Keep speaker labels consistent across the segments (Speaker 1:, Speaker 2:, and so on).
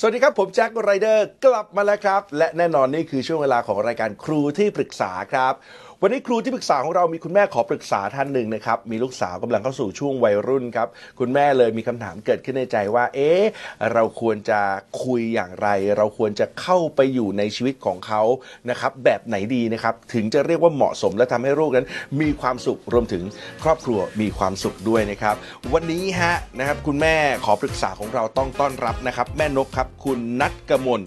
Speaker 1: สวัสดีครับ ผมแจ็คไรเดอร์กลับมาแล้วครับ และแน่นอนนี่คือช่วงเวลาของรายการครูที่ปรึกษาครับ วันนี้ครูที่ปรึกษาของเรามีคุณแม่ขอปรึกษาท่านหนึ่งนะครับ มีลูกสาวกำลังเข้าสู่ช่วงวัยรุ่นครับ คุณแม่เลยมีคำถามเกิดขึ้นในใจว่า เอ๊ะเราควรจะคุยอย่างไร เราควรจะเข้าไปอยู่ในชีวิตของเขานะครับ แบบไหนดีนะครับ ถึงจะเรียกว่าเหมาะสมและทำให้ลูกนั้น มีความสุขรวมถึงครอบครัวมีความสุขด้วยนะครับ วันนี้ฮะนะครับคุณแม่ขอปรึกษาของเราต้องต้อนรับนะครับ แม่นกครับ คุณนัทกมล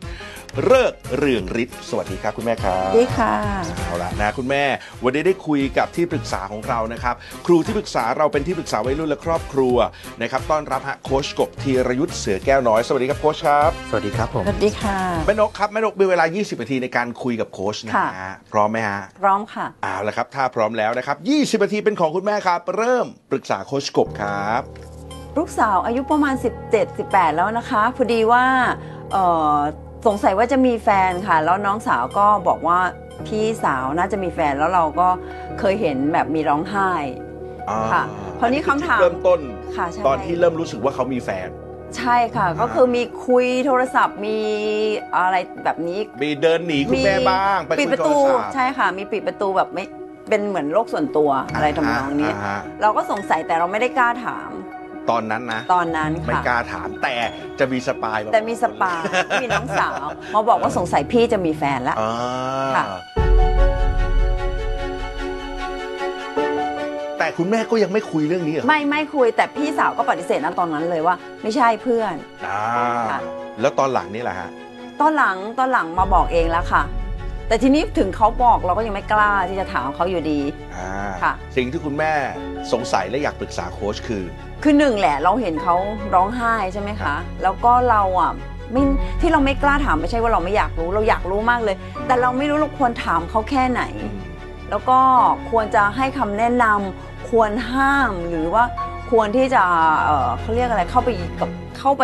Speaker 1: เลิกเรืองฤทธิ์สวัสดีครับคุณแม่ครับ
Speaker 2: ดีค่ะ
Speaker 1: เอาละนะคุณแม่วันนี้ได้คุยกับที่ปรึกษาของเรานะครับ ครูที่ปรึกษาเราเป็นที่ปรึกษาวัยรุ่นและครอบครัวนะครับต้อนรับฮะโคชกบธีรยุทธ์เสือแก้วน้อยสวัสดีครับโคชครับ
Speaker 3: สวัสดีครับผม
Speaker 2: สวัสดีค่ะ
Speaker 1: แม่นกครับแม่นกมีเวลา 20 นาทีในการคุยกับโคชนะ
Speaker 2: ค่ะ
Speaker 1: ฮะพร้อมไหมฮะ
Speaker 2: พร้อมค่ะ
Speaker 1: เอาละครับถ้าพร้อมแล้วนะครับ20 นาทีเป็นของคุณแม่ครับ เริ่มปรึกษาโคชกบครับ
Speaker 2: ลูกสาวอายุประมาณ 17 18 แล้วนะคะ พอดีว่าเอ่อสงสัยว่าจะมีแฟนค่ะ แล้วน้องสาวก็บอกว่าพี่สาวน่าจะมีแฟนแล้วเราก็เคยเห็นแบบมีร้องไห้
Speaker 1: อ่า
Speaker 2: ค่ะคราวนี้คำถาม
Speaker 1: เริ่มต้น
Speaker 2: ค่ะใช่
Speaker 1: ตอนที่เริ่มรู้สึกว่าเขามีแฟน
Speaker 2: ใช่ค่ะ ก็คือมีคุยโทรศัพท์มีอะไรแบบนี้
Speaker 1: มีเดินหนีคุณแม่บ้างไป
Speaker 2: ปิ
Speaker 1: คุ
Speaker 2: ด
Speaker 1: ย
Speaker 2: ประ
Speaker 1: โท
Speaker 2: ตู
Speaker 1: รศัพท์
Speaker 2: ใช่ค่ะ มีปิดประตูแบบไม่เป็นเหมือนโลกส่วนตัวอะไรทำนองนี้
Speaker 1: าฮะ
Speaker 2: เราก็สงสัยแต่เราไม่ได้กล้าถาม
Speaker 1: ตอนนั้นนะ
Speaker 2: ตอนนั้น
Speaker 1: ไม่
Speaker 2: ค่ะ
Speaker 1: กล้าถามแต่จะมีสปายา
Speaker 2: แต่มีส ปา มีน้องสาว มาบอกว่าสงสัยพี่จะมีแฟนละ
Speaker 1: อ่า
Speaker 2: ค่ะ
Speaker 1: แต่คุณแม่ก็ยังไม่คุยเรื่องนี้เหรอ
Speaker 2: ไม่ไม่คุยแต่พี่สาวก็ปฏิเสธนะตอนนั้นเลยว่า ไม่ใช่เพื่อน
Speaker 1: อ่า
Speaker 2: ค่ะ
Speaker 1: แล้วตอนหลังนี่แหละฮะ
Speaker 2: ตอนหลังตอนหลังมาบอกเองแล้วค่ะ แต่ทีนี้ถึงเขาบอกเราก็ยังไม่กล้าที่จะถามเขาอยู่ดี
Speaker 1: อ่า
Speaker 2: ค่ะ
Speaker 1: สิ่งที่คุณแม่สงสัยและอยากปรึกษาโค้ชคือ
Speaker 2: คือหนึ่งแหละเราเห็นเขาร้องไห้ใช่ไหม
Speaker 1: ครั
Speaker 2: คะ
Speaker 1: บ
Speaker 2: แล้วก็เราอ่ะไม่ที่เราไม่กล้าถามไม่ใช่ว่าเราไม่อยากรู้เราอยากรู้มากเลย แต่เราไม่รู้เราควรถามเขาแค่ไหน
Speaker 1: อืม
Speaker 2: แล้วก็ควรจะให้คำแนะนำควรห้ามหรือว่าควรที่จะเอ่อเขาเรียกอะไรเข้าไปกับเข้าไป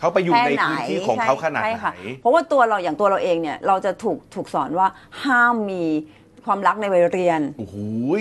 Speaker 1: เขาไปอยู่
Speaker 2: แค่
Speaker 1: ใน
Speaker 2: ไหน
Speaker 1: พื้นที่ของเขาขนาด
Speaker 2: ใช่
Speaker 1: ไหน
Speaker 2: ค่ะ เพราะว่าตัวเราอย่างตัวเราเองเนี่ยเราจะถูกถูกสอนว่าห้ามมีความรักในวัยเรียน
Speaker 1: โอ้โห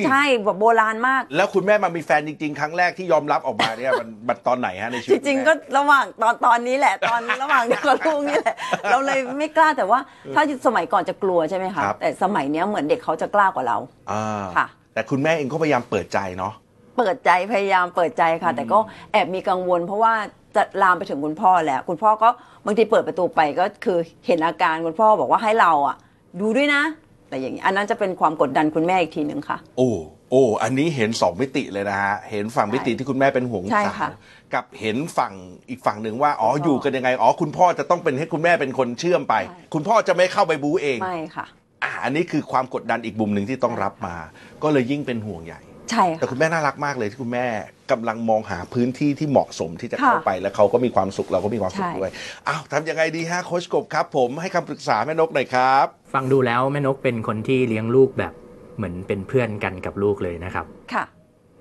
Speaker 2: ใช่แบบโบราณมาก
Speaker 1: แล้วคุณแม่มามีแฟนจริง ๆ ครั้งแรกที่ยอมรับออกมา เนี่ยมันมันตอนไหนฮะในชีวิต
Speaker 2: จ
Speaker 1: คุณ
Speaker 2: ริง
Speaker 1: แม่
Speaker 2: ๆก็ระหว่างตอนตอนนี้แหละตอน ระหว่างกับลูกนี่แหละ เราเลยไม่กล้าแต่ว่าถ้าสมัยก่อนจะกลัวใช่ไหมคะ
Speaker 1: ครับ
Speaker 2: แต่สมัยเนี้ยเหมือนเด็กเขาจะกล้ากว่าเรา
Speaker 1: อ่า
Speaker 2: ค่ะ
Speaker 1: แต่คุณแม่เองก็พยายามเปิดใจเนาะ
Speaker 2: เปิดใจพยายามเปิดใจค่ะ แต่ก็แอบมีกังวล เพราะว่าจะลามไปถึงคุณพ่อแหละคุณพ่อก็บางทีเปิดประตูไปก็คือเห็นอาการคุณพ่อบอกว่าให้เราอ่ะ ดูด้วยนะแต่อย่างนี้อันนั้นจะเป็นความกดดันคุณแม่อีกทีหนึ่งค่ะ
Speaker 1: โอ้ โอ้ อันนี้เห็นสองมิติเลยนะฮะ เห็นฝั่งมิติที่คุณแม่เป็นห่วงลูก
Speaker 2: ใช่
Speaker 1: สา
Speaker 2: ค่ะ
Speaker 1: วกับเห็นฝั่งอีกฝั่งหนึ่งว่า อ๋อ
Speaker 2: แล้วก็
Speaker 1: อยู่กันยังไง อ๋อ คุณพ่อจะต้องเป็นให้คุณแม่เป็นคนเชื่อมไป
Speaker 2: ใช่
Speaker 1: คุณพ่อจะไม่เข้าไปบู๊เอง
Speaker 2: ไม่ค่ะ
Speaker 1: อ่า อันนี้คือความกดดันอีกมุมหนึ่งที่ต้องรับมา ก็เลยยิ่งเป็นห่วงใหญ่
Speaker 2: ใช่
Speaker 1: แต่
Speaker 2: ค่ะ
Speaker 1: คุณแม่น่ารักมากเลยที่คุณแม่กำลังมองหาพื้นที่ที่เหมาะสมที่จะ
Speaker 2: ค่ะ
Speaker 1: เข้าไป แล้วเขาก็มีความสุขเราก็มีความสุข
Speaker 2: ใช่
Speaker 1: ด้วย อ้าวทำยังไงดีฮะโค้ชกบครับ ผมให้คำปรึกษาแม่นกหน่อยครับ
Speaker 3: ฟังดูแล้วแม่นกเป็นคนที่เลี้ยงลูกแบบเหมือนเป็นเพื่อนกันกับลูกเลยนะครับ
Speaker 2: ค่ะ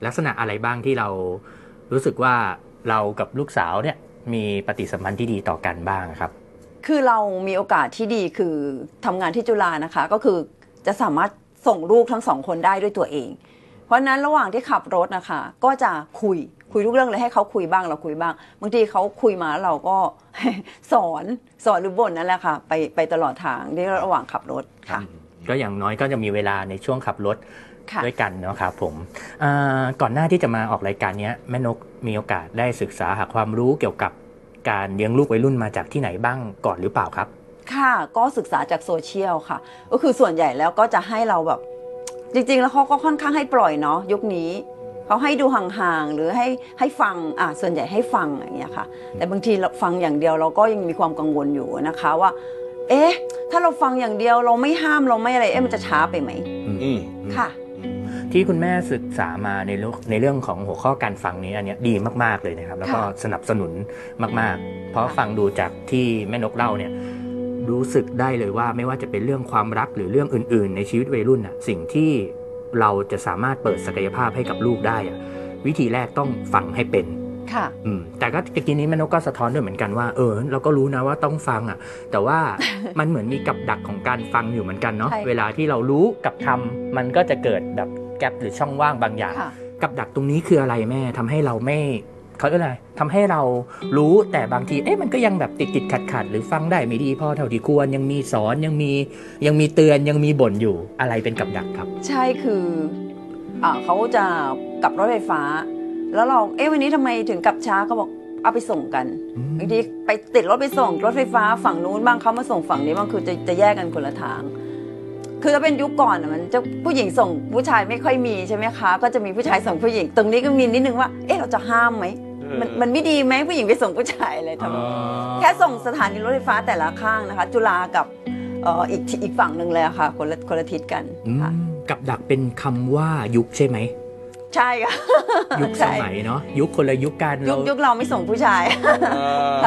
Speaker 3: ลักษณะอะไรบ้างที่เรารู้สึกว่าเรากับลูกสาวเนี่ยมีปฏิสัมพันธ์ที่ดีต่อกันบ้างครับ
Speaker 2: คือเรามีโอกาสที่ดีคือทำงานที่จุฬานะคะ ก็คือจะสามารถส่งลูกทั้งสองคนได้ด้วยตัวเอง เพราะฉะนั้นระหว่างที่ขับรถนะคะ ก็จะคุยคุยทุกเรื่องเลยให้เขาคุยบ้างเราคุยบ้างบางทีเขาคุยมาแล้วเราก็ สอนสอนหรือบ่นนั่นแหละค่ะ ไปไปตลอดทางในระหว่างขับรถค่ะ
Speaker 3: ก็อย่างน้อยก็จะมีเวลาในช่วงขับรถ
Speaker 2: ค่ะ
Speaker 3: ด้วยกันเนาะครับผมอ่าก่อนหน้าที่จะมาออกรายการเนี้ยแม่นกมีโอกาสได้ศึกษาหาความรู้เกี่ยวกับการเลี้ยงลูกวัยรุ่นมาจากที่ไหนบ้างก่อนหรือเปล่าครับ
Speaker 2: ค่ะก็ศึกษาจากโซเชียลค่ะ ก็คือส่วนใหญ่แล้วก็จะให้เราแบบ จริง ๆ แล้วเขาก็ค่อนข้างให้ปล่อยเนาะยุคนี้เขาให้ดูห่างๆหรือให้ให้ฟังอ่ะส่วนใหญ่ให้ฟังอย่างเงี้ยค่ะ แต่บางทีเราฟังอย่างเดียวเราก็ยังมีความกังวลอยู่นะคะว่า เอ๊ะ ถ้าเราฟังอย่างเดียวเราไม่ห้ามเราไม่อะไรเอ๊ะมันจะช้าไปไหม
Speaker 1: อืม
Speaker 2: ค่ะ
Speaker 3: ที่คุณแม่ศึกษามาในเรื่องในเรื่องของหัวข้อการฟังนี้อันเนี้ยดีมาก ๆ เลยนะครับ แล้วก็
Speaker 2: ค่ะ
Speaker 3: สนับสนุนมาก ๆ เพราะฟังดูจากที่แม่นกเล่าเนี่ยรู้สึกได้เลยว่าไม่ว่าจะเป็นเรื่องความรักหรือเรื่องอื่น ๆ ในชีวิตวัยรุ่นน่ะสิ่งที่ เราจะสามารถเปิดศักยภาพให้กับลูกได้อะวิธีแรกต้องฟังให้เป็น
Speaker 2: ค่ะ
Speaker 3: อืมแต่ก็ตะกี้นี้แม่นกก็สะท้อนด้วยเหมือนกันว่าเออเราก็รู้นะว่าต้องฟังอ่ะ แต่ ว่า มันเหมือนมีกับดักของการฟังอยู่เหมือนกันเนาะ
Speaker 2: ใช่
Speaker 3: เวลาที่เรารู้กับทำมันก็จะเกิดแบบแกลบหรือช่องว่างบางอย่าง
Speaker 2: ค่ะ
Speaker 3: กับดักตรงนี้คืออะไรแม่ทำให้เราไม่เขาเรียกอะไรทำให้เรารู้แต่บางทีเอ๊ะมันก็ยังแบบติดติดขัดขัดๆหรือฟังได้ไม่ดีพอเท่าที่ควรยังมีสอนยังมียังมีเตือนยังมีบ่นอยู่อะไรเป็นกับดักครับ
Speaker 2: ใช่คืออาเขาจะกลับรถไฟฟ้า แล้วเรา เอ๊ะวันนี้ทำไมถึงกลับช้าก็บอกเอาไปส่งกัน บางทีไปติดรถไปส่งรถไฟฟ้าฝั่งนู้นบ้างเขามาส่งฝั่งนี้บ้างคือจะจะแยกกันคนละทาง คือถ้าเป็นยุคก่อนน่ะมันจะผู้หญิงส่งผู้ชายไม่ค่อยมีใช่ไหมคะ ก็จะมีผู้ชายส่งผู้หญิง ตรงนี้ก็มีนิดนึงว่า เอ๊ะเราจะห้ามไหมมันมันไม่ดีไหมผู้หญิงไปส่งผู้ชายอะไรทำนอง แค่ส่งสถานีรถไฟฟ้าแต่ละข้างนะคะ จุฬากับเอ่ออีกที่อีกฝั่งหนึ่งเลยอะค่ะคนละคนละทิศกัน
Speaker 3: อืม
Speaker 2: ค่ะ
Speaker 3: กับดักเป็นคำว่ายุคใช่ไหม
Speaker 2: ใช่ค่ะ
Speaker 3: ยุคส
Speaker 2: ใช่
Speaker 3: มัยเนาะยุคคนละยุคกัน
Speaker 2: ยุ
Speaker 3: เรา
Speaker 2: คยุคเราไม่ส่งผู้ชาย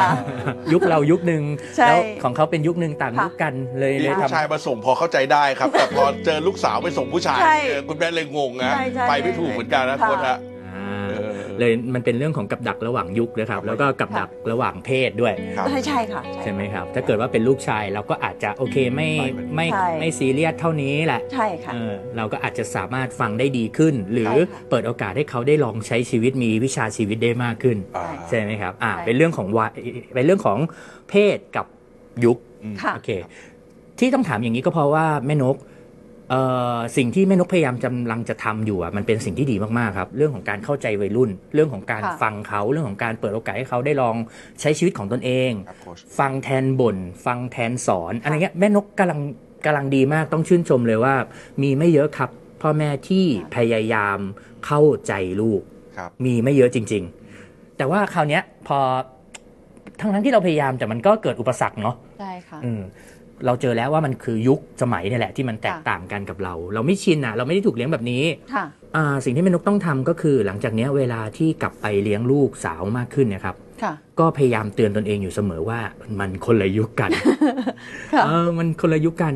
Speaker 2: ค่ะ
Speaker 3: ยุคเรายุคหนึ่ง
Speaker 2: ใช่
Speaker 3: แล้วของเขาเป็นยุคหนึ่งต่าง
Speaker 2: ค่ะ
Speaker 3: ยุคกันเลย
Speaker 1: มี
Speaker 3: เลย
Speaker 1: ผู้
Speaker 3: ทำ
Speaker 1: ชายมาส่งพอเข้าใจได้ครับ แต่พอเจอลูกสาวไปส่งผู้ชาย
Speaker 2: ใช่
Speaker 1: เออคุณแม่เลยงงนะ
Speaker 2: ใช่ใช่
Speaker 1: ไปไม่ถูกเหมือนกันนะ
Speaker 2: ค่ะ
Speaker 1: คนละ
Speaker 3: อ่า
Speaker 1: เออ
Speaker 3: เลยมันเป็นเรื่องของกับดักระหว่างยุคนะครับ แล้วก็กับดักระหว่างเพศด้วย
Speaker 1: ครับ
Speaker 2: ใช่ใช่ค่ะใช่
Speaker 3: ใช่ไหมครับ ถ้าเกิดว่าเป็นลูกชายเราก็อาจจะโอเคไม่ไม่
Speaker 2: ใช่
Speaker 3: ไม่ซีเรียสเท่านี้แหละ
Speaker 2: ใช่ค่ะ
Speaker 3: เออเราก็อาจจะสามารถฟังได้ดีขึ้น หรือ
Speaker 2: ใช่ค่ะ
Speaker 3: เปิดโอกาสให้เขาได้ลองใช้ชีวิตมีวิชาชีวิตได้มากขึ้น
Speaker 1: อ่า
Speaker 3: ใช่ไหมครับอ่า
Speaker 2: ใช่
Speaker 3: เป็นเรื่องของวัยเป็นเรื่องของเพศกับยุค
Speaker 1: อืม
Speaker 2: ค่ะ
Speaker 3: โอเค ที่ต้องถามอย่างนี้ก็เพราะว่าแม่นกเอ่อสิ่งที่แม่นกพยายามกำลังจะทำอยู่อ่ะมันเป็นสิ่งที่ดีมากๆครับ เรื่องของการเข้าใจวัยรุ่น เรื่องของการ
Speaker 2: ค่ะ
Speaker 3: ฟังเขาเรื่องของการเปิดโอกาสให้เขาได้ลองใช้ชีวิตของตนเอง
Speaker 1: ครับโค้ช
Speaker 3: ฟังแทนบน่นฟังแทนสอนอะไรเงี้ยแม่นกกำลังกำลังดีมากต้องชื่นชมเลยว่า มีไม่เยอะครับ พ่อแม่ที่พยายามเข้าใจลูก
Speaker 1: ครับ
Speaker 3: มีไม่เยอะจริง ๆ แต่ว่าคราวเนี้ยพอทั้งทั้งๆที่เราพยายามแต่มันก็เกิดอุปสรรคเนาะ
Speaker 2: ใช่ค่ะ
Speaker 3: อืมเราเจอแล้วว่ามันคือยุคสมัยเนี่ยแหละที่มันแตก
Speaker 2: ค่ะ
Speaker 3: ต่างกันกับเรา เราไม่ชินอ่ะ เราไม่ได้ถูกเลี้ยงแบบนี้
Speaker 2: ค่ะ
Speaker 3: อ่าสิ่งที่แม่นกต้องทำก็คือ หลังจากเนี้ยเวลาที่กลับไปเลี้ยงลูกสาวมากขึ้นเนะครับ
Speaker 2: ค่ะ
Speaker 3: ก็พยายามเตือนตนเองอยู่เสมอว่ามันคนละยุคกัน
Speaker 2: ค่ะ
Speaker 3: เออมันคนละยุคกัน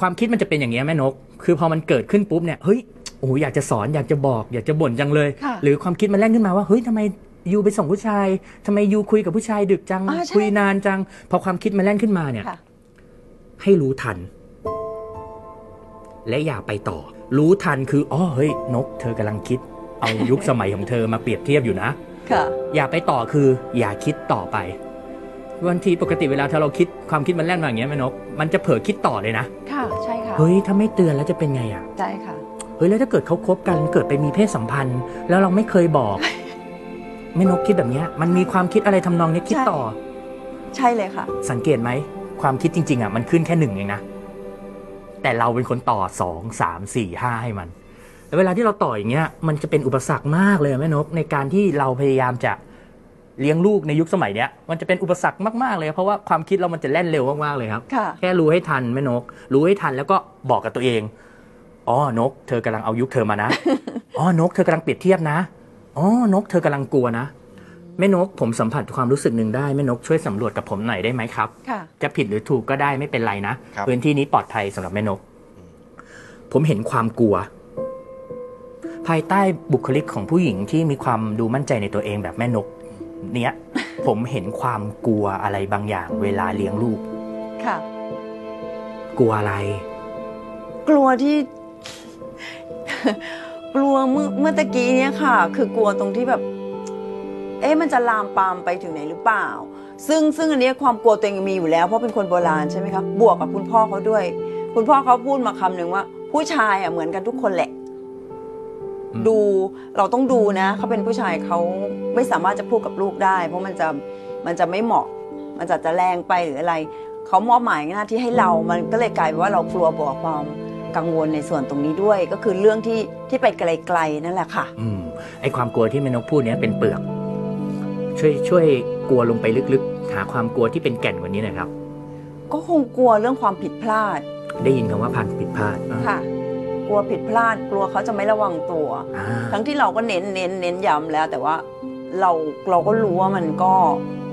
Speaker 3: ความคิดมันจะเป็นอย่างเงี้ยแม่นก คือพอมันเกิดขึ้นปุ๊บเนี่ยเฮ้ยโอ้โหอยากจะสอนอยากจะบอก อยากจะบ่นจังเลย
Speaker 2: ค่ะ
Speaker 3: หรือความคิดมันแล่นขึ้นมาว่าเฮ้ยทำไมยูไปส่งผู้ชายทำไมยูคุยกับผู้ชายดึกจัง
Speaker 2: อ่าใช่
Speaker 3: คุยนานจัง พอความคิดมันแล่นขึ้นมาเนี่ย
Speaker 2: ค่ะ
Speaker 3: ให้รู้ทัน และอย่าไปต่อ รู้ทันคืออ๋อเฮ้ย นก เธอกำลังคิด เอายุคสมัยของเธอมาเปรียบเทียบอยู่นะ
Speaker 2: ค่ะ
Speaker 3: อย่าไปต่อคืออย่าคิดต่อไปบางทีปกติเวลาถ้าเราคิดความคิดมันแล่นมาอย่างเงี้ยแม่นก มันจะเผลอคิดต่อเลยนะ
Speaker 2: ค่ะ ใช่ค่ะ
Speaker 3: เฮ้ย ถ้าไม่เตือนแล้วจะเป็นไงอ่ะ
Speaker 2: ใช่ค่ะ
Speaker 3: เฮ้ย แล้วถ้าเกิดเขาคบกันเกิดไปมีเพศสัมพันธ์ แล้วเราไม่เคยบอก แม่นกคิดแบบเนี้ย มันมีความคิดอะไรทำนองเนี้ยคิดต่อ
Speaker 2: ใช่เลยค่ะ
Speaker 3: สังเกตไหม ความคิดจริง ๆ อ่ะ มันขึ้นแค่หนึ่งเองนะ แต่เราเป็นคนต่อสองสามสี่ห้าให้มัน แล้วเวลาที่เราต่ออย่างเงี้ยมันจะเป็นอุปสรรคมากเลยอะแม่นก ในการที่เราพยายามจะเลี้ยงลูกในยุคสมัยเนี้ย มันจะเป็นอุปสรรคมากๆเลยเพราะว่าความคิดเรามันจะแล่นเร็วมากๆเลยครับ
Speaker 2: ค่ะ
Speaker 3: แค่รู้ให้ทันแม่นก รู้ให้ทันแล้วก็บอกกับตัวเองอ๋อนก เธอกำลังเอายุคเธอมานะ อ๋อนก เธอกำลังเปรียบเทียบนะอ๋อนก เธอกำลังกลัวนะแม่นกผมสัมผัสความรู้สึกหนึ่งได้แม่นกช่วยสำรวจกับผมหน่อยได้ไหมครับ
Speaker 2: ค่ะ
Speaker 3: จะผิดหรือถูกก็ได้ไม่เป็นไรนะครับ พื้นที่นี้ปลอดภัยสำหรับแม่นก ผมเห็นความกลัว ภายใต้บุคลิกของผู้หญิงที่มีความดูมั่นใจในตัวเองแบบแม่นก เนี้ย ผมเห็นความกลัวอะไรบางอย่าง เวลาเลี้ยงลูก
Speaker 2: ค่ะ
Speaker 3: กลัวอะไร
Speaker 2: กลัวที่ กลัวเมื่อเมื่อตะกี้เนี่ยค่ะ คือกลัวตรงที่แบบ เอ๊ะมันจะลามปามไปถึงไหนหรือเปล่า ซึ่งซึ่งอันเนี้ยความกลัวตัวเองมีอยู่แล้วเพราะเป็นคนโบราณใช่ไหมคะบวกกับคุณพ่อเขาด้วย คุณพ่อเขาพูดมาคำหนึ่งว่า ผู้ชายอ่ะเหมือนกันทุกคนแหละ
Speaker 3: อืม
Speaker 2: ดูเราต้องดูนะเขาเป็นผู้ชายเขาไม่สามารถจะพูดกับลูกได้ เพราะมันจะมันจะไม่เหมาะ มันจะจะแรงไปหรืออะไร เขามอบหมายหน้าที่ให้เรา มันก็เลยกลายเป็นว่าเรากลัวบวกความกังวลในส่วนตรงนี้ด้วย ก็คือเรื่องที่ที่ไปไกลๆนั่นแหละค่ะ
Speaker 3: อืมไอความกลัวที่แม่นกพูดเนี้ยเป็นเปลือก ช่วยช่วยกลัวลงไปลึกๆ หาความกลัวที่เป็นแก่นกว่านี้หนะครับ
Speaker 2: ก็คงกลัวเรื่องความผิดพลาด
Speaker 3: ได้ยินคำว่าพันผิดพลาดอ่ะ
Speaker 2: ค่ะ กลัวผิดพลาด กลัวเขาจะไม่ระวังตัว
Speaker 3: อ่า
Speaker 2: ทั้งที่เราก็เน้นเน้นเน้นย้ำแล้ว แต่ว่าเราเราก็รู้ว่ามันก็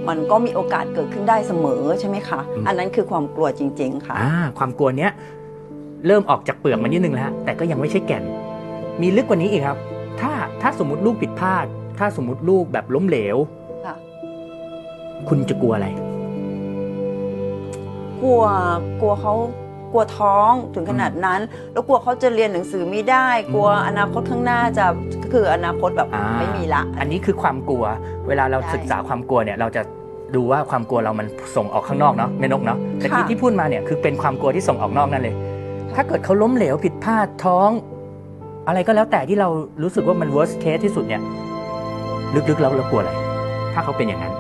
Speaker 2: มันก็มีโอกาสเกิดขึ้นได้เสมอใช่ไหมคะ อันนั้นคือความกลัวจริง ๆ ค่ะ
Speaker 3: อ่า ความกลัวเนี้ยเริ่มออกจากเปลือกมานิดนึงแล้วแต่ก็ยังไม่ใช่แก่น มีลึกกว่านี้อีกครับ ถ้าถ้าสมมติลูกผิดพลาด ถ้าสมมติลูกแบบล้มเหลว
Speaker 2: ค่ะ
Speaker 3: คุณจะกลัวอะไร
Speaker 2: กลัวกลัวเขากลัวท้องถึงขนาดนั้น แล้วกลัวเขาจะเรียนหนังสือไม่ได้ กลัวอนาคตข้างหน้าจะคืออนาคตแบบ
Speaker 3: อ่า
Speaker 2: ไม่มีละ
Speaker 3: อันนี้คือความกลัว เวลาเรา
Speaker 2: ใช่
Speaker 3: ศึกษาความกลัวเนี่ยเราจะดูว่าความกลัวเรามันส่งออกข้างนอกเนาะแม่นกเนาะแต่ที่
Speaker 2: ค่ะ
Speaker 3: ที่พูดมาเนี่ยคือเป็นความกลัวที่ส่งออกนอกนั่นเลย ถ้าเกิดเขาล้มเหลวผิดพลาดท้อง อะไรก็แล้วแต่ที่เรารู้สึกว่ามัน worst case ที่สุดเนี่ย ลึกๆแล้วเรากลัวอะไร ถ้าเขาเป็นอย่างนั้น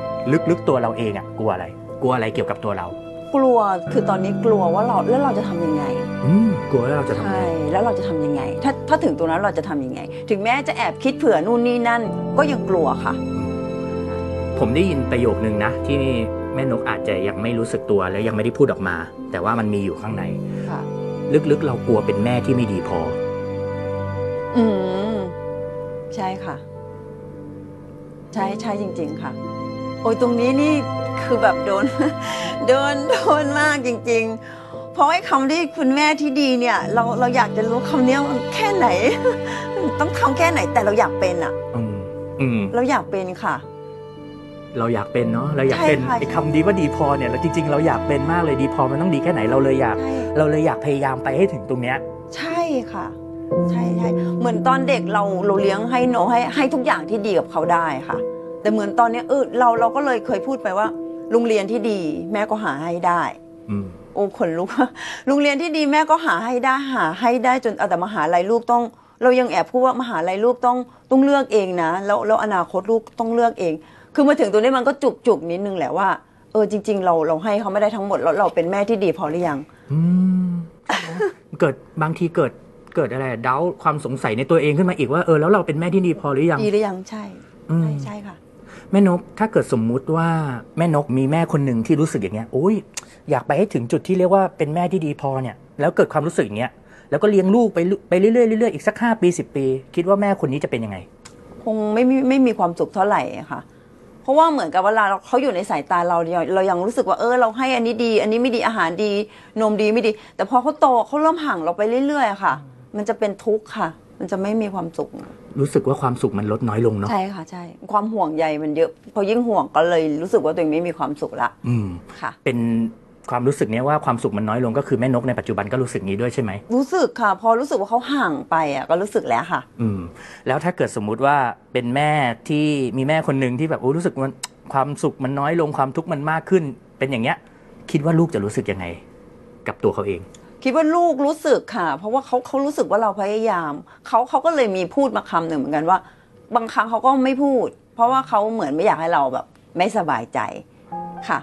Speaker 3: ลึกๆตัวเราเองอะกลัวอะไร กลัวอะไรเกี่ยวกับตัวเรา
Speaker 2: กลัวคือตอนนี้กลัวว่าเราแล้วเราจะทำยังไง
Speaker 3: อืมกลัวแล้วเราจะทำยัง
Speaker 2: ใช่
Speaker 3: ไง
Speaker 2: แล้วเราจะทำยังไง ถ้าถ้าถึงตรงนั้นเราจะทำยังไง ถึงแม้จะแอบคิดเผื่อนู่นนี่นั่น ก็ยังกลัวค่ะ
Speaker 3: ผมได้ยินประโยคนึงนะ ที่แม่นกอาจจะยังไม่รู้สึกตัวและยังไม่ได้พูดออกมา แต่ว่ามันมีอยู่ข้างใน
Speaker 2: ค่ะ
Speaker 3: ลึกๆ เรากลัวเป็นแม่ที่ไม่ดีพอ
Speaker 2: อืมใช่ค่ะ ใช่ใช่จริง ๆ ค่ะ โอ้ยตรงนี้นี่คือแบบโดน โดนโดนมากจริง ๆ เพราะไอ้คำที่คุณแม่ที่ดีเนี่ย เราเราอยากจะรู้คำเนี้ยมันแค่ไหน ต้องทำแค่ไหนแต่เราอยากเป็นอะ
Speaker 3: อืมอืม
Speaker 2: เราอยากเป็นค่ะ
Speaker 3: เราอยากเป็นเนาะเราอยากเป็น
Speaker 2: ใช่ค่ะ
Speaker 3: ไอ้คำดีว่าดีพอเนี่ยเราจริง ๆ เราอยากเป็นมากเลยดีพอมันต้องดีแค่ไหนเราเลยอยาก
Speaker 2: ใช่
Speaker 3: เราเลยอยากพยายามไปให้ถึงตรงเนี้ย
Speaker 2: ใช่ค่ะ ใช่ใช่เหมือนตอนเด็กเราเราเลี้ยงให้นกให้ให้ทุกอย่างที่ดีกับเขาได้ค่ะ แต่เหมือนตอนเนี้ยเออเราเราก็เลยเคยพูดไปว่า โรงเรียนที่ดีแม่ก็หาให้ได้
Speaker 3: อืม
Speaker 2: โอ้ขนลุก โรงเรียนที่ดีแม่ก็หาให้ได้หาให้ได้จนเอาแต่มหาลัยลูกต้อง เรายังแอบพูดว่ามหาลัยลูกต้องต้องเลือกเองนะแล้วแล้วอนาคตลูกต้องเลือกเอง คือมาถึงตรงนี้มันก็จุกจุกนิดนึงแหละว่าเออจริง ๆ เราเราให้เขาไม่ได้ทั้งหมดแล้วเราเป็นแม่ที่ดีพอหรือยัง
Speaker 3: อืม เกิดบางทีเกิดเกิดอะไรเดาความสงสัยในตัวเองขึ้นมาอีกว่าเออแล้วเราเป็นแม่ที่ดีพอหรือยัง
Speaker 2: ดีหรือยังใช่
Speaker 3: อื
Speaker 2: ใช่
Speaker 3: ม
Speaker 2: ใช่ค่ะ
Speaker 3: แม่นกถ้าเกิดสมมุติว่าแม่นกมีแม่คนหนึ่งที่รู้สึกอย่างเงี้ยโอ้ยอยากไปให้ถึงจุดที่เรียกว่าเป็นแม่ที่ดีพอเนี่ย แล้วเกิดความรู้สึกอย่างเงี้ยแล้วก็เลี้ยงลูกไปเรื่อยไปเรื่อยๆเรื่อยๆอีกสักห้าปีสิบปี คิดว่าแม่คนนี้จะเป็นยังไง
Speaker 2: คงไม่มีไม่มีความสุขเท่าไหร่อะค่ะ เพราะว่าเหมือนกับเวลาเราเขาอยู่ในสายตาเราเราเรายังรู้สึกว่าเออเราให้อันนี้ดี อันนี้ไม่ดีอาหารดี นมดีไม่ดี แต่พอเขาโตเขาเริ่มห่างเราไปเรื่อยๆอะค่ะ มันจะเป็นทุกข์ค่ะ มันจะไม่มีความสุข
Speaker 3: รู้สึกว่าความสุขมันลดน้อยลงเนาะ
Speaker 2: ใช่ค่ะใช่ ความห่วงใยมันเยอะ พอยิ่งห่วงก็เลยรู้สึกว่าตัวเองไม่มีความสุขละ
Speaker 3: อืม
Speaker 2: ค่ะ
Speaker 3: เป็นความรู้สึกเนี้ยว่าความสุขมันน้อยลงก็คือแม่นกในปัจจุบันก็รู้สึกนี้ด้วยใช่ไหม
Speaker 2: รู้สึกค่ะ พอรู้สึกว่าเขาห่างไปอ่ะก็รู้สึกแล้วค่ะ
Speaker 3: อืม แล้วถ้าเกิดสมมุติว่าเป็นแม่ที่มีแม่คนหนึ่งที่แบบโอ้รู้สึกมันความสุขมันน้อยลงความทุกข์มันมากขึ้น เป็นอย่างเงี้ย คิดว่าลูกจะรู้สึกยังไง กับตัวเขาเอง
Speaker 2: คิดว่าลูกรู้สึกค่ะ เพราะว่าเขาเขารู้สึกว่าเราพยายามเขาเขาก็เลยมีพูดมาคำหนึ่งเหมือนกันว่า บางครั้งเขาก็ไม่พูด เพราะว่าเขาเหมือนไม่อยากให้เราแบบ ไม่สบายใจค่ะ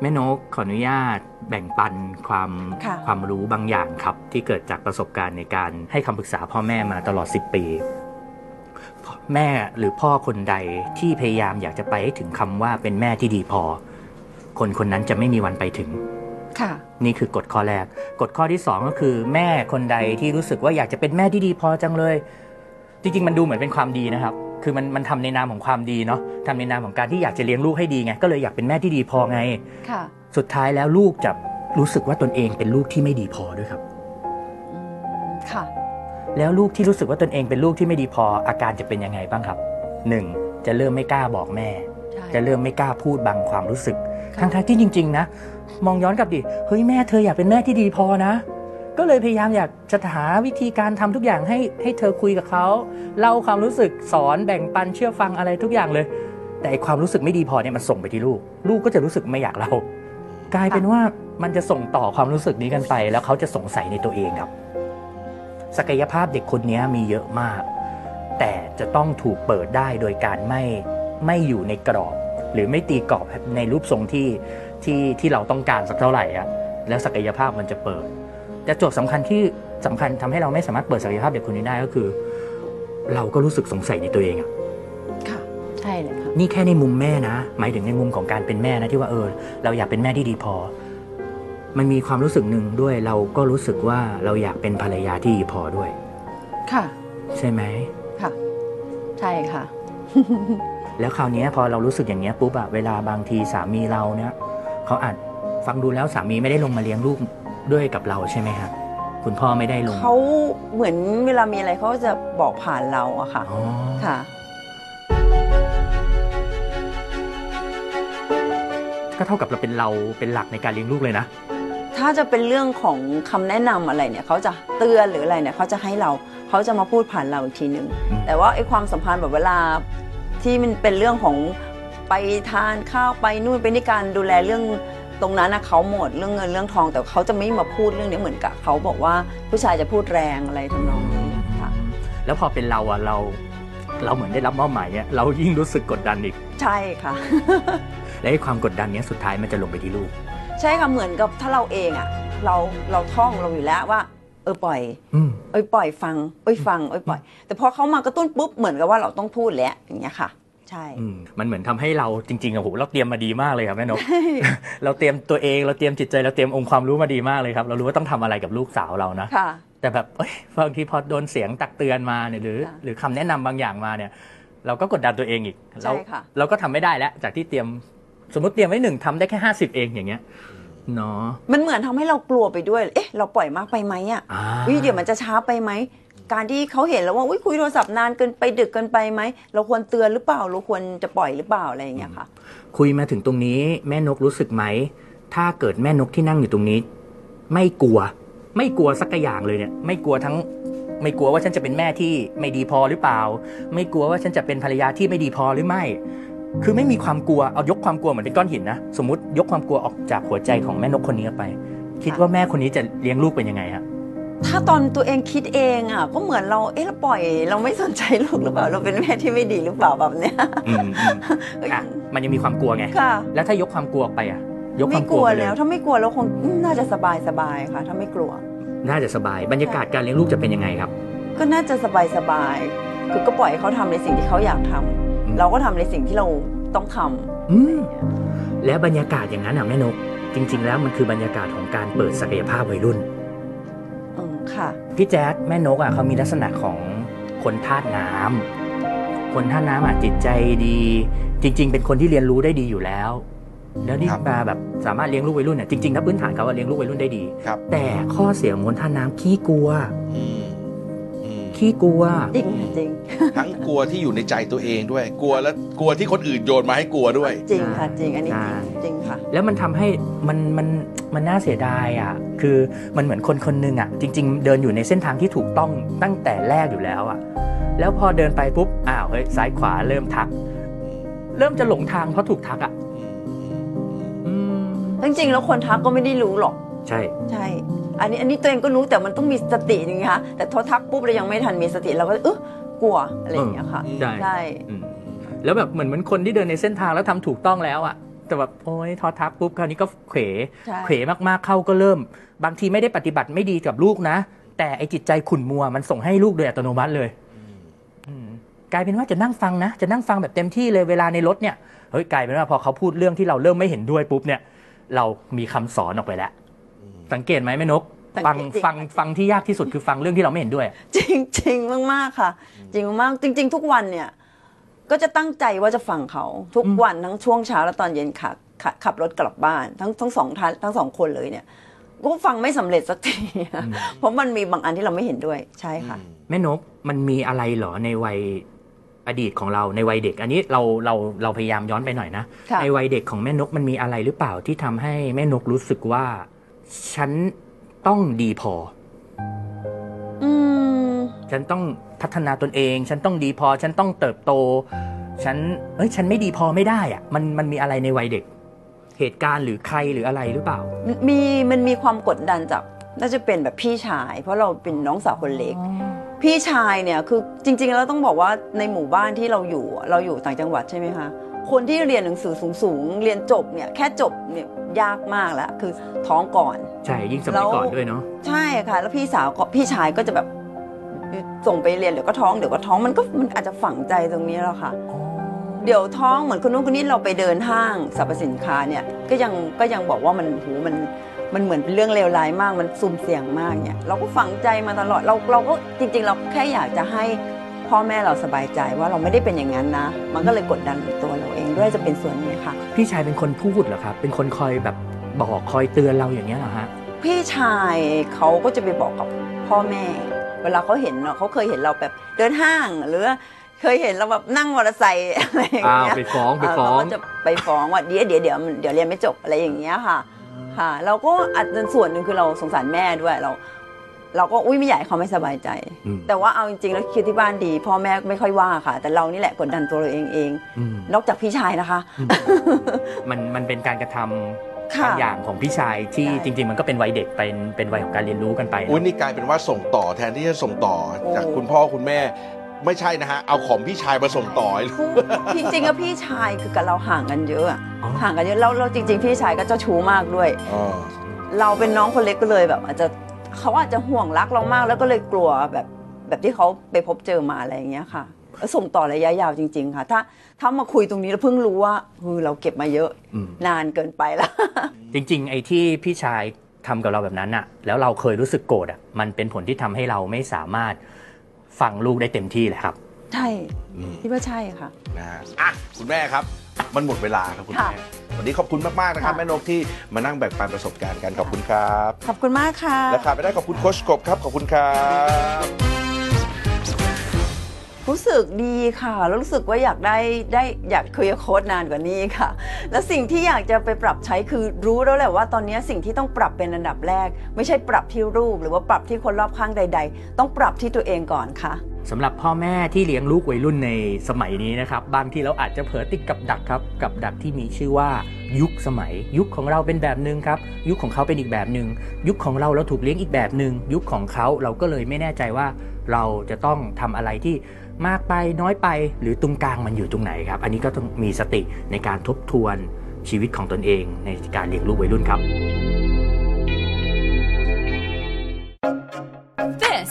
Speaker 3: แม่นกขออนุญาตแบ่งปันความ
Speaker 2: ค่ะ
Speaker 3: ความรู้บางอย่างครับ ที่เกิดจากประสบการณ์ในการให้คำปรึกษาพ่อแม่มาตลอด 10 ปีพ่อแม่หรือพ่อคนใดที่พยายามอยากจะไปให้ถึงคำว่าเป็นแม่ที่ดีพอ คนคนนั้นจะไม่มีวันไปถึง
Speaker 2: ค่ะ
Speaker 3: นี่คือกฎข้อแรก กฎข้อที่ 2 ก็คือ แม่คนใดที่รู้สึกว่าอยากจะเป็นแม่ที่ดีพอจังเลย จริง ๆ มันดูเหมือนเป็นความดีนะครับ คือมันมันทำในนามของความดีเนาะทำในนามของการที่อยากจะเลี้ยงลูกให้ดีไงก็เลยอยากเป็นแม่ที่ดีพอไง
Speaker 2: ค่ะ
Speaker 3: สุดท้ายแล้วลูกจะรู้สึกว่าตนเองเป็นลูกที่ไม่ดีพอด้วยครับ
Speaker 2: อืมค่ะ
Speaker 3: แล้วลูกที่รู้สึกว่าตนเองเป็นลูกที่ไม่ดีพออาการจะเป็นยังไงบ้างครับ 1. จะเริ่มไม่กล้าบอกแม่
Speaker 2: ใช่
Speaker 3: จะเริ่มไม่กล้าพูดบางความรู้สึก
Speaker 2: ค่ะ
Speaker 3: ทั้งๆที่จริง ๆ นะ มองย้อนกลับดิ เฮ้ยแม่เธออยากเป็นแม่ที่ดีพอนะ ก็เลยพยายามอยากจะหาวิธีการทำทุกอย่างให้ให้เธอคุยกับเขาเล่าความรู้สึกสอนแบ่งปันเชื่อฟังอะไรทุกอย่างเลย แต่ไอ้ความรู้สึกไม่ดีพอเนี่ยมันส่งไปที่ลูก ลูกก็จะรู้สึกไม่อยากเล่ากลายเป็นว่ามันจะส่งต่อความรู้สึกนี้กันไป แล้วเขาจะสงสัยในตัวเองครับ ศักยภาพเด็กคนนี้มีเยอะมาก แต่จะต้องถูกเปิดได้โดยการไม่ไม่อยู่ในกรอบ หรือไม่ตีกรอบในรูปทรงที่ที่ที่เราต้องการสักเท่าไหร่อะแล้วศักยภาพมันจะเปิด แต่โจทย์สำคัญที่สำคัญทำให้เราไม่สามารถเปิดศักยภาพเด็กคนนี้ได้ก็คือ เราก็รู้สึกสงสัยในตัวเองอะ
Speaker 2: ค่ะ ใช่เลยค่ะ
Speaker 3: นี่แค่ในมุมแม่นะ หมายถึงในมุมของการเป็นแม่นะที่ว่าเออ เราอยากเป็นแม่ที่ดีพอ มันมีความรู้สึกหนึ่งด้วยเราก็รู้สึกว่าเราอยากเป็นภรรยาที่ดีพอด้วย
Speaker 2: ค่ะ
Speaker 3: ใช่ไหม
Speaker 2: ค่ะ ใช่ค่ะ
Speaker 3: แล้วคราวเนี้ยพอเรารู้สึกอย่างเงี้ยปุ๊บอะเวลาบางทีสามีเราเนี่ยเขาอาจฟังดูแล้วสามีไม่ได้ลงมาเลี้ยงลูกด้วยกับเราใช่ไหมฮะ คุณพ่อไม่ได้ลง
Speaker 2: เขาเหมือนเวลามีอะไรเขาจะบอกผ่านเราอะค่ะ
Speaker 3: อ๋อ
Speaker 2: ค่ะ
Speaker 3: ก็เท่ากับเราเป็นเราเป็นหลักในการเลี้ยงลูกเลยนะ
Speaker 2: ถ้าจะเป็นเรื่องของคำแนะนำอะไรเนี่ยเขาจะเตือนหรืออะไรเนี่ยเขาจะให้เราเขาจะมาพูดผ่านเราอีกทีหนึ่ง
Speaker 3: อืม
Speaker 2: แต่ว่าไอ้ความสัมพันธ์แบบเวลาที่มันเป็นเรื่องของไปทานข้าวไปนู่นไปนี่การดูแลเรื่องตรงนั้นนะเขาหมดเรื่องเงินเรื่องทอง แต่เขาจะไม่มาพูดเรื่องนี้เหมือนกับเขาบอกว่าผู้ชายจะพูดแรงอะไรทำนองนี้ค่ะ
Speaker 3: แล้วพอเป็นเราอะเรา เราเหมือนได้รับมอบหมายเนี่ยเรายิ่งรู้สึกกดดันอีก
Speaker 2: ใช่ค่ะ
Speaker 3: และไอ้ความกดดันเนี้ยสุดท้ายมันจะลงไปที่ลูก
Speaker 2: ใช่ค่ะเหมือนกับถ้าเราเองอะเราเราท่องเราอยู่แล้วว่า เออปล่อย
Speaker 3: อืม
Speaker 2: เอ้ยปล่อยฟังเอ้ยฟังเอ้ยปล่อย แต่พอเขามากระตุ้นปุ๊บเหมือนกับว่าเราต้องพูดแล้วอย่างเงี้ยค่ะ ใช่
Speaker 3: อืมมันเหมือนทำให้เราจริงๆอะโหเราเตรียมมาดีมากเลยครับแม่นก เราเตรียมตัวเองเราเตรียมจิตใจเราเตรียมองค์ความรู้มาดีมากเลยครับ เรารู้ว่าต้องทำอะไรกับลูกสาวเรานะ
Speaker 2: ค่ะ
Speaker 3: แต่แบบเอ้ยบางทีพอโดนเสียงตักเตือนมาเนี่ยหรือ
Speaker 2: ค่ะ
Speaker 3: หรือคำแนะนำบางอย่างมาเนี่ย เราก็กดดันตัวเองอีก
Speaker 2: ใช่
Speaker 3: เรา
Speaker 2: ค่ะ
Speaker 3: เราก็ทำไม่ได้แล้วจากที่เตรียมสมมติเตรียมไว้หนึ่งทำได้แค่ห้าสิบเองอย่างเงี้ยเนาะ
Speaker 2: มันเหมือนทำให้เรากลัวไปด้วย เอ๊ะ เราปล่อยมากไปไหมอ่ะ
Speaker 3: อ่า
Speaker 2: วิเดี๋ยวมันจะช้าไปไหม การที่เขาเห็นแล้วว่าอุ้ยคุยโทรศัพท์นานเกินไปดึกเกินไปไหม เราควรเตือนหรือเปล่า เราควรจะปล่อยหรือเปล่าอะไรอย่างเงี้ยค่ะ
Speaker 3: คุยมาถึงตรงนี้แม่นกรู้สึกไหม ถ้าเกิดแม่นกที่นั่งอยู่ตรงนี้ ไม่กลัว ไม่กลัวสักอย่างเลยเนี่ย ไม่กลัวทั้ง ไม่กลัวว่าฉันจะเป็นแม่ที่ไม่ดีพอหรือเปล่า ไม่กลัวว่าฉันจะเป็นภรรยาที่ไม่ดีพอหรือไม่ คือไม่มีความกลัวเอายกความกลัวเหมือนเป็นก้อนหินนะสมมติยกความกลัวออกจากหัวใจของแม่นกคนนี้ไป คิดว่าแม่คนนี้จะเลี้ยงลูกเป็นยังไงฮะ
Speaker 2: ถ้าตอนตัวเองคิดเองอ่ะ ก็เหมือนเรา เอ๊ะ เราปล่อย เราไม่สนใจลูกหรือเปล่า เราเป็นแม่ที่ไม่ดีหรือเปล่าแบบเนี้ย
Speaker 3: อืมอืมอ่ะมันยังมีความกลัวไง
Speaker 2: ค่ะ
Speaker 3: แล้วถ้ายกความกลัวออกไปอ่ะ ยกค
Speaker 2: ไม่
Speaker 3: วาม
Speaker 2: ก
Speaker 3: กลั
Speaker 2: ลั
Speaker 3: ว
Speaker 2: ว
Speaker 3: ไปเล
Speaker 2: แล้
Speaker 3: ยว
Speaker 2: ถ้าไม่กลัวเราคงอืมน่าจะสบายสบายๆค่ะ ถ้าไม่กลัว
Speaker 3: น่าจะสบายบรรยากาศการเลี้ยงลูกจะเป็นยังไงครับ
Speaker 2: ก็น่าจะสบายสบายๆคือก็ปล่อยให้เขาทำในสิ่งที่เขาอยากทำ
Speaker 3: อืม
Speaker 2: เราก็ทำในสิ่งที่เราต้องทำ
Speaker 3: อืม และบรรยากาศอย่างนั้นอ่ะแม่นก จริง ๆ แล้วมันคือบรรยากาศของการเปิดศักยภาพวัยรุ่น
Speaker 2: อืมค่ะ
Speaker 3: พี่แจ๊ดแม่นกอ่ะเขามีลักษณะของคนธาตุน้ำคนธาตุน้ำอ่ะจิตใจดี จริง ๆ เป็นคนที่เรียนรู้ได้ดีอยู่แล้ว แล้วนี่
Speaker 1: ครับ
Speaker 3: มาแบบสามารถเลี้ยงลูกวัยรุ่นเนี่ยจริงๆถ้าพื้นฐานเขาว่าเลี้ยงลูกวัยรุ่นได้ดี
Speaker 1: ครับ
Speaker 3: แต่ข้อเสียของคนธาตุน้ำขี้กลัว
Speaker 1: อืมอืม
Speaker 3: ขี้กลัว
Speaker 2: จริงค่ะจริง
Speaker 1: ทั้งกลัวที่อยู่ในใจตัวเองด้วย กลัวและกลัวที่คนอื่นโยนมาให้กลัวด้วย
Speaker 2: จริงค่ะจริงอันนี้
Speaker 3: ใช่
Speaker 2: จริงค่ะ
Speaker 3: แล้วมันทำให้มันมันมันน่าเสียดายอ่ะ คือมันเหมือนคนคนหนึ่งอ่ะ จริง ๆ เดินอยู่ในเส้นทางที่ถูกต้องตั้งแต่แรกอยู่แล้วอ่ะ แล้วพอเดินไปปุ๊บอ้าวเฮ้ยซ้ายขวาเริ่มทัก เริ่มจะหลงทางเพราะถูกทักอ่ะอืม
Speaker 2: จริงๆแล้วคนทักก็ไม่ได้รู้หรอก
Speaker 3: ใช่
Speaker 2: ใช่ อันนี้อันนี้ตัวเองก็รู้แต่มันต้องมีสติอย่างเงี้ยค่ะ แต่โทรทักปุ๊บเรายังไม่ทันมีสติเราก็เออกลัวอะไรอย่างเงี้ยค่ะ
Speaker 1: อืม
Speaker 3: ได้
Speaker 2: ใช่
Speaker 3: อืมแล้วแบบเหมือนเหมือนคนที่เดินในเส้นทางแล้วทำถูกต้องแล้วอ่ะ แต่แบบโอ้ยทอทักปุ๊บคราวนี้ก็เขว
Speaker 2: ใช่
Speaker 3: เขวมากๆเข้าก็เริ่ม บางทีไม่ได้ปฏิบัติไม่ดีกับลูกนะ แต่ไอจิตใจขุ่นมัวมันส่งให้ลูกโดยอัตโนมัติเลย อืมกลายเป็นว่าจะนั่งฟังนะ จะนั่งฟังแบบเต็มที่เลยเวลาในรถเนี่ยเฮ้ยกลายเป็นว่าพอเขาพูดเรื่องที่เราเริ่มไม่เห็นด้วยปุ๊บเนี่ยเรามีคำสอนออกไปแล้ว สังเกตไหมแม่นก
Speaker 2: สัง
Speaker 3: ฟัง
Speaker 2: เกตจริง
Speaker 3: ฟังฟังที่ยากที่สุดคือฟังเรื่องที่เราไม่เห็นด้วย
Speaker 2: จริงจริงมากๆค่ะ จริงมากจริง ๆ ทุกวันเนี่ยก็จะตั้งใจว่าจะฟังเขาทุก
Speaker 3: อืม
Speaker 2: วันทั้งช่วงเช้าและตอนเย็นค่ะขับขับรถกลับบ้านทั้งทั้งสองท่านทั้งสองคนเลยเนี่ยก็ฟังไม่สำเร็จสักทีเพราะมันมีบางอันที่เราไม่เห็นด้วยใช่ค่ะ
Speaker 3: แม่นกมันมีอะไรเหรอในวัยอดีตของเราในวัยเด็ก อันนี้เราเราเราพยายามย้อนไปหน่อยนะ
Speaker 2: ค่ะ
Speaker 3: ในวัยเด็กของแม่นกมันมีอะไรหรือเปล่าที่ทำให้แม่นกรู้สึกว่า ฉันต้องดีพอ
Speaker 2: อืม
Speaker 3: ฉันต้องพัฒนาตนเอง ฉันต้องดีพอ ฉันต้องเติบโต ฉัน เอ้ย ฉันไม่ดีพอไม่ได้อะมัน มันมีอะไรในวัยเด็ก เหตุการณ์หรือใครหรืออะไรหรือเปล่า
Speaker 2: มีมันมีความกดดันจากน่าจะเป็นแบบพี่ชาย เพราะเราเป็นน้องสาวคนเล็ก พี่ชายเนี่ยคือจริงๆแล้วต้องบอกว่าในหมู่บ้านที่เราอยู่อะเราอยู่ต่างจังหวัดใช่ไหมคะคนที่เรียนหนังสือสูงๆเรียนจบเนี่ยแค่จบเนี่ยยากมากแล้วคือท้องก่อน
Speaker 3: ใช่ ยิ่งสมัยก่อนด้วยเนาะ
Speaker 2: ใช่ค่ะ แล้วพี่สาวก็พี่ชายก็จะแบบส่งไปเรียนเดี๋ยวก็ท้องเดี๋ยวก็ท้องมันก็มันอาจจะฝังใจตรงนี้แล้วค่ะ เดี๋ยวท้องเหมือนคนนู้นคนนี้เราไปเดินห้างสรรพสินค้าเนี่ยก็ยังก็ยังบอกว่ามันหูมันมันเหมือนเป็นเรื่องเลวร้ายมากมันซุ่มเสี่ยงมากเนี่ยเราก็ฝังใจมาตลอดเราเราก็จริง ๆ เราแค่อยากจะให้พ่อแม่เราสบายใจว่าเราไม่ได้เป็นอย่างนั้นนะ มันก็เลยกดดันตัวเราเองด้วยจะเป็นส่วนนี้ค่ะ
Speaker 3: พี่ชายเป็นคนพูดเหรอครับ เป็นคนคอยแบบบอกคอยเตือนเราอย่างเงี้ยเหรอฮะ
Speaker 2: พี่ชายเขาก็จะไปบอกกับพ่อแม่ เวลาเขาเห็นเนาะเขาเคยเห็นเราแบบเดินห้างหรือว่าเคยเห็นเราแบบนั่งมอเตอร์ไซค์อะไรอย่าง
Speaker 3: อ้าว
Speaker 2: เงี้ย
Speaker 3: ไปฟ้องไป
Speaker 2: เออ
Speaker 3: ฟ้อ
Speaker 2: เขา
Speaker 3: ง
Speaker 2: ก็จะไปฟ้องว่าเดี๋ยวเดี๋ยวเดี๋ยวเดี๋ยวเรียนไม่จบอะไรอย่างเงี้ยค่ะ ค่ะ เราก็อาจจะส่วนหนึ่งคือเราสงสารแม่ด้วยเรา เราก็อุ้ยไม่อยากให้เขาไม่สบายใจ
Speaker 3: อืม
Speaker 2: แต่ว่าเอาจริงๆแล้วคิดที่บ้านดี พ่อแม่ไม่ค่อยว่าค่ะ แต่เรานี่แหละกดดันตัวเราเองเอง
Speaker 3: อืม
Speaker 2: นอกจากพี่ชายนะคะ
Speaker 3: มันมันเป็นการกระทำ
Speaker 2: ค่ะ
Speaker 3: บางอย่างของพี่ชายที่
Speaker 2: ใช่
Speaker 3: จริง ๆ มันก็เป็นวัยเด็กเป็นเป็นวัยของการเรียนรู้กันไปนะ
Speaker 1: อุ้ยนี่กลายเป็นว่าส่งต่อแทนที่จะส่งต่อจากคุณพ่อคุณแม่ ไม่ใช่นะฮะ เอาของพี่ชายมาส่งต่อ
Speaker 2: จริงๆอะพี่ชายคือกับเราห่างกันเยอะอะ
Speaker 3: อ๋อ
Speaker 2: ห่างกันเยอะแล้วเราจริง ๆ พี่ชายก็เจ้าชู้มากด้วย เราเป็นน้องคนเล็กก็เลยแบบอาจจะเขาอาจจะห่วงรักเรามากแล้วก็เลยกลัวแบบแบบที่เขาไปพบเจอมาอะไรอย่างเงี้ยค่ะแล้วส่งต่อระยะยาวจริง ๆ ค่ะ ถ้าถ้ามาคุยตรงนี้แล้วเพิ่งรู้ว่าเออเราเก็บมาเยอะ
Speaker 3: อืม
Speaker 2: นานเกินไปแล้ว
Speaker 3: จริง ๆ ไอ้ที่พี่ชายทำกับเราแบบนั้นอะแล้วเราเคยรู้สึกโกรธอะมันเป็นผลที่ทำให้เราไม่สามารถฟังลูกได้เต็มที่เลยครับ
Speaker 2: ใช่
Speaker 1: อืม
Speaker 2: คิดว่าใช่ค่ะ
Speaker 1: นะฮะอ่ะคุณแม่ครับ มันหมดเวลาครับคุณ
Speaker 2: ค่ะ
Speaker 1: แม่ วันนี้ขอบคุณมาก ๆ นะครับ
Speaker 2: ค่ะ
Speaker 1: แม่นกที่มานั่งแบ่งปันประสบการณ์กันขอบคุณครับ
Speaker 2: ขอบคุณมากค่ะ
Speaker 1: และขาดไม่ได้ขอบคุณโคชกบครับขอบคุณครับ
Speaker 2: รู้สึกดีค่ะ แล้วรู้สึกว่าอยากได้ได้อยากคุยกับโค้ดนานกว่านี้ค่ะ แล้วสิ่งที่อยากจะไปปรับใช้คือรู้แล้วแหละว่าตอนนี้สิ่งที่ต้องปรับเป็นอันดับแรก ไม่ใช่ปรับที่รูป หรือว่าปรับที่คนรอบข้างใด ๆ ต้องปรับที่ตัวเองก่อนค่ะ
Speaker 3: สำหรับพ่อแม่ที่เลี้ยงลูกวัยรุ่นในสมัยนี้นะครับ บางทีเราอาจจะเผลอติดกับดักครับ กับดักที่มีชื่อว่ายุคสมัย ยุคของเราเป็นแบบหนึ่งครับ ยุคของเขาเป็นอีกแบบหนึ่งยุคของเราเราถูกเลี้ยงอีกแบบหนึ่งยุคของเขาเราก็เลยไม่แน่ใจว่า เราจะต้องทำอะไรที่มากไปน้อยไปหรือตรงกลางมันอยู่ตรงไหนครับ อันนี้ก็ต้องมีสติในการทบทวนชีวิตของตนเอง ในการเลี้ยงลูกวัยรุ่นครับ
Speaker 4: This